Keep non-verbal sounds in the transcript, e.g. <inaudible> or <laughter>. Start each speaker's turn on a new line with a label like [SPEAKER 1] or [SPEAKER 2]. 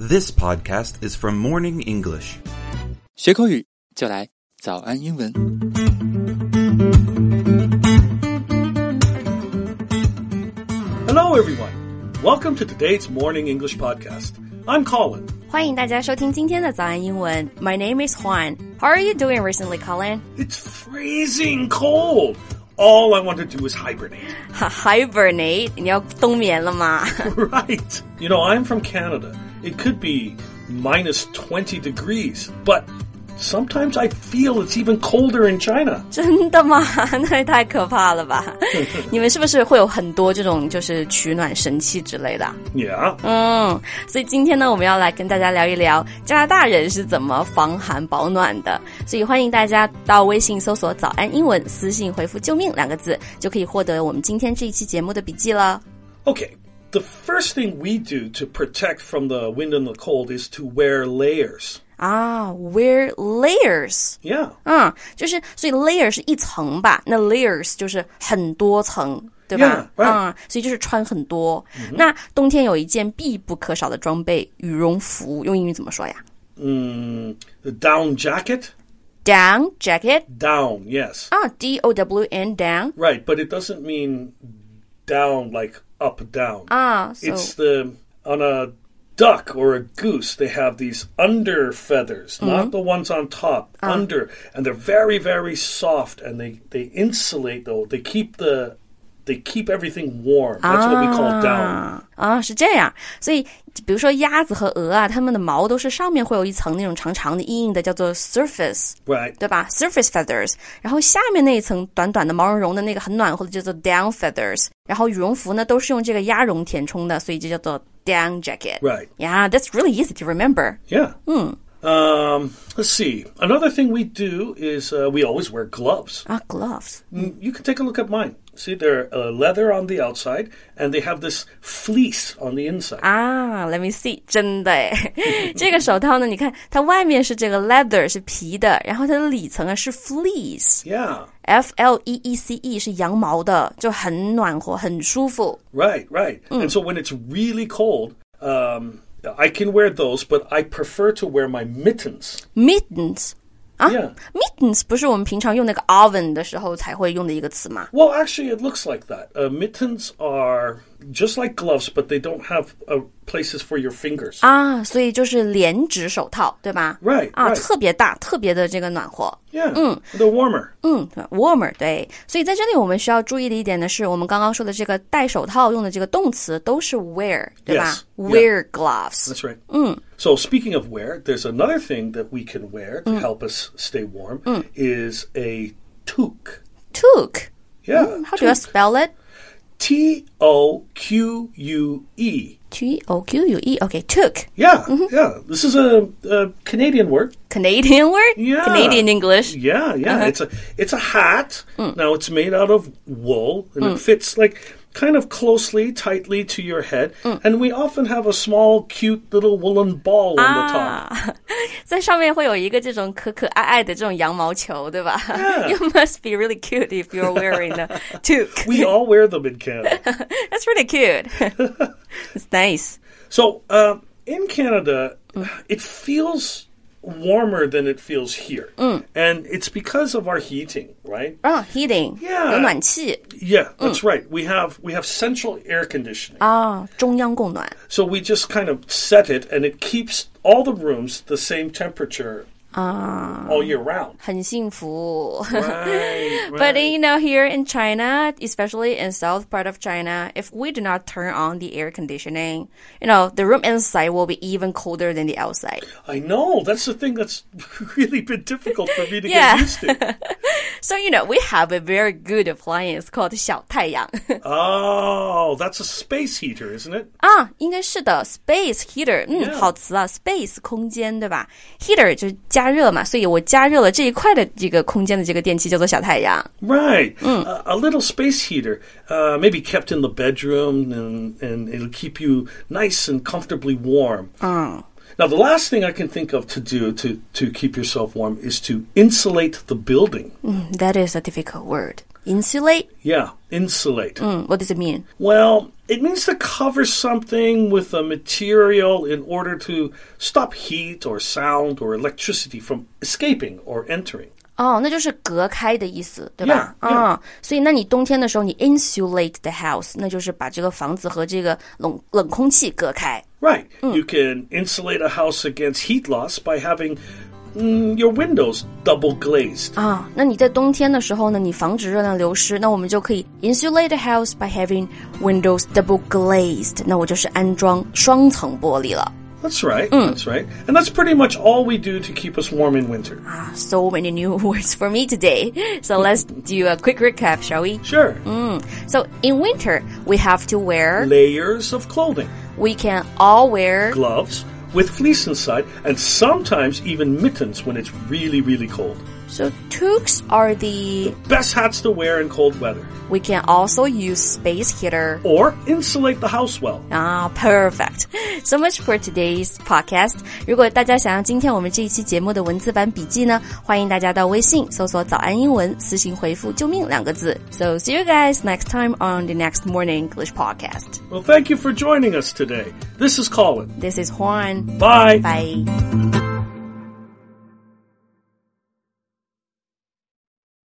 [SPEAKER 1] This podcast is from Morning English.
[SPEAKER 2] 学口语就来早安英文。
[SPEAKER 3] Hello, everyone. Welcome to today's Morning English Podcast. I'm Colin.
[SPEAKER 4] 欢迎大家收听今天的早安英文。My name is Juan. How are you doing recently, Colin? <laughs>
[SPEAKER 3] It's freezing cold. All I want to do is hibernate.
[SPEAKER 4] Hibernate，你要冬眠了吗？ <laughs>
[SPEAKER 3] right. You know, I'm from Canada. It could be minus 20 degrees, but sometimes I feel it's even colder in China.
[SPEAKER 4] 真的吗？ <laughs> 那也太可怕了吧！你们是不是会有很多这种就是取暖神器之类的？啊
[SPEAKER 3] Yeah.
[SPEAKER 4] 嗯，所以今天呢，我们要来跟大家聊一聊加拿大人是怎么防寒保暖的。所以欢迎大家到微信搜索“早安英文”，私信回复“救命”两个字，就可以获得我们今天这一期节目的笔记了。
[SPEAKER 3] Okay. The first thing we do to protect from the wind and the cold is to wear layers.
[SPEAKER 4] 啊、w e a r layers。
[SPEAKER 3] Yeah.
[SPEAKER 4] 嗯，就是所以 layer 是一层吧，那 layers 就是很多层，对吧？
[SPEAKER 3] Yeah, right.
[SPEAKER 4] 啊、所以就是穿很多。
[SPEAKER 3] 嗯
[SPEAKER 4] 那冬天有一件必不可少的装备，羽绒服，用英语怎么说呀
[SPEAKER 3] Mm, the down jacket.
[SPEAKER 4] ？Down jacket
[SPEAKER 3] Down, yes.
[SPEAKER 4] 啊、d O W N down
[SPEAKER 3] Right, but it doesn't mean down like up down.
[SPEAKER 4] 啊、s o
[SPEAKER 3] it's the on a duck or a goose they have these under feathers, not the ones on top, under, and they're very very soft and they they insulate though. They keep the they keep everything warm. That's what we
[SPEAKER 4] Ah.
[SPEAKER 3] call down.
[SPEAKER 4] 啊啊，是这样。所以比如说鸭子和鹅啊，它们的毛都是上面会有一层那种长长的硬硬的，叫做 surface。
[SPEAKER 3] Right.
[SPEAKER 4] 对吧？Surface feathers，然后下面那一层短短的毛茸茸的那个很暖和的叫做 down feathers，然后羽绒服呢都是用这个鸭绒填充的，所以就叫做 down jacket。
[SPEAKER 3] Right.
[SPEAKER 4] Yeah, that's really easy to remember.
[SPEAKER 3] Yeah.
[SPEAKER 4] 嗯
[SPEAKER 3] Um, let's see. Another thing we do is uh, we always wear gloves.
[SPEAKER 4] 啊，gloves，
[SPEAKER 3] Mm, You can take a look at mine. See, they're uh, leather on the outside, and they have this fleece on the inside.
[SPEAKER 4] Ah. 啊，Let me see，真的哎，这个手套呢，你看它外面是这个 leather 是皮的，然后它的里层啊是 fleece，F
[SPEAKER 3] Yeah,
[SPEAKER 4] L E E C E 是羊毛的，就很暖和，很舒服。
[SPEAKER 3] right, right. And so when it's really cold, um, I can wear those, but I prefer to wear my mittens.
[SPEAKER 4] Mittens 啊
[SPEAKER 3] Yeah.
[SPEAKER 4] mittens 不是我们平常用那个 oven 的时候才会用的一个词吗？
[SPEAKER 3] Well, actually, it looks like that. Uh, mittens are just like gloves, but they don't have uh, places for your fingers.
[SPEAKER 4] 啊，所以就是连指手套，对吧
[SPEAKER 3] Right,
[SPEAKER 4] 啊
[SPEAKER 3] right.
[SPEAKER 4] 特别大，特别的这个暖和。
[SPEAKER 3] Yeah, they're warmer.
[SPEAKER 4] 嗯，warmer 对，所以在这里我们需要注意的一点呢，是我们刚刚说的这个戴手套用的这个动词都是 wear，对吧
[SPEAKER 3] Yes, yeah.
[SPEAKER 4] wear gloves，
[SPEAKER 3] That's right. So speaking of wear, there's another thing that we can wear to help us stay warm is a toque.
[SPEAKER 4] took。
[SPEAKER 3] Yeah.
[SPEAKER 4] Mm-hmm. How do you
[SPEAKER 3] toque.
[SPEAKER 4] spell it?
[SPEAKER 3] T O Q U E.
[SPEAKER 4] T O Q U E. Okay, took.
[SPEAKER 3] Yeah,
[SPEAKER 4] Mm-hmm.
[SPEAKER 3] yeah. This is a, a Canadian word.
[SPEAKER 4] Canadian word?
[SPEAKER 3] Yeah.
[SPEAKER 4] Canadian English.
[SPEAKER 3] Yeah, yeah. It's a it's a hat.
[SPEAKER 4] Mm.
[SPEAKER 3] Now it's made out of wool and it fits like kind of closely, tightly to your head.
[SPEAKER 4] Mm.
[SPEAKER 3] And we often have a small, cute little woolen ball on the top.
[SPEAKER 4] 啊， <laughs> 在上面会有一个这种可可爱爱的这种羊毛球，对吧
[SPEAKER 3] Yeah.
[SPEAKER 4] <laughs> You must be really cute if you're wearing
[SPEAKER 3] <laughs>
[SPEAKER 4] a toque. <laughs>
[SPEAKER 3] We all wear them in Canada.
[SPEAKER 4] That's really
[SPEAKER 3] <laughs>
[SPEAKER 4] cute. It's nice.
[SPEAKER 3] So uh, in Canada,
[SPEAKER 4] Mm.
[SPEAKER 3] it feels warmer than it feels here,
[SPEAKER 4] Mm.
[SPEAKER 3] and it's because of our heating, right?
[SPEAKER 4] 啊、h e a t i n g
[SPEAKER 3] Yeah.
[SPEAKER 4] 有暖气
[SPEAKER 3] Yeah,
[SPEAKER 4] Mm.
[SPEAKER 3] that's right. We have we have central air conditioning,
[SPEAKER 4] 啊中央供暖
[SPEAKER 3] so we just kind of set it, and it keeps all the rooms the same temperature
[SPEAKER 4] 啊
[SPEAKER 3] all year
[SPEAKER 4] <laughs>
[SPEAKER 3] round.
[SPEAKER 4] 很幸福。
[SPEAKER 3] Right,
[SPEAKER 4] <laughs> But
[SPEAKER 3] right.
[SPEAKER 4] you know, here in China, especially in south part of China, if we do not turn on the air conditioning, you know, the room inside will be even colder than the outside.
[SPEAKER 3] I know that's the thing that's <laughs> really been difficult for me to
[SPEAKER 4] Yeah.
[SPEAKER 3] get used
[SPEAKER 4] <laughs>
[SPEAKER 3] to.
[SPEAKER 4] So you know, we have a very good appliance called 小太阳 <laughs>
[SPEAKER 3] Oh, that's a space heater, isn't it?
[SPEAKER 4] 啊，应该是的，space heater，嗯
[SPEAKER 3] Yeah.
[SPEAKER 4] 好词啊，space 空间对吧？heater 就是加热嘛，所以我加热了这一块的这个空间的这个电器叫做小太阳。
[SPEAKER 3] Right.
[SPEAKER 4] Mm.
[SPEAKER 3] A, a little space heater, uh, maybe kept in the bedroom, and, and it'll keep you nice and comfortably warm. Now, the last thing I can think of to do to, to keep yourself warm is to insulate the building.
[SPEAKER 4] 嗯 That is a difficult word. Insulate?
[SPEAKER 3] Yeah, insulate.
[SPEAKER 4] Mm, what does it mean?
[SPEAKER 3] Well, It means to cover something with a material in order to stop heat or sound or electricity from escaping or entering.
[SPEAKER 4] 哦，那就是隔开的意思，对吧？
[SPEAKER 3] Yeah,
[SPEAKER 4] 啊
[SPEAKER 3] yeah.，
[SPEAKER 4] 所以那你冬天的时候，你 insulate the house，那就是把这个房子和这个冷冷空气隔开。
[SPEAKER 3] Right. You can insulate a house against heat loss by having mm, your windows double glazed.
[SPEAKER 4] 啊，那你在冬天的时候呢，你防止热量流失，那我们就可以 insulate the house by having windows double glazed。那我就是安装双层玻璃了
[SPEAKER 3] That's right. That's right. And that's pretty much all we do to keep us warm in winter.
[SPEAKER 4] 啊。So many new <laughs> words for me today. So let's do a quick recap, shall we? Mm.
[SPEAKER 3] Sure.
[SPEAKER 4] So in winter, we have to wear.
[SPEAKER 3] Layers of clothing,
[SPEAKER 4] We can all wear.
[SPEAKER 3] gloves with fleece inside, and sometimes even mittens when it's really, really cold.
[SPEAKER 4] So toques are the.
[SPEAKER 3] Best hats to wear in cold weather.
[SPEAKER 4] We can also use space heater.
[SPEAKER 3] Or insulate the house well.
[SPEAKER 4] 啊、p e r f e c t So much for today's podcast. 如果大家想要今天我们这一期节目的文字版笔记呢，欢迎大家到微信搜索“早安英文”，私信回复“救命”两个字。So see you guys next time on the next morning English podcast.
[SPEAKER 3] Well, thank you for joining us today. This is Colin.
[SPEAKER 4] This is Juan.
[SPEAKER 3] Bye.
[SPEAKER 4] Bye.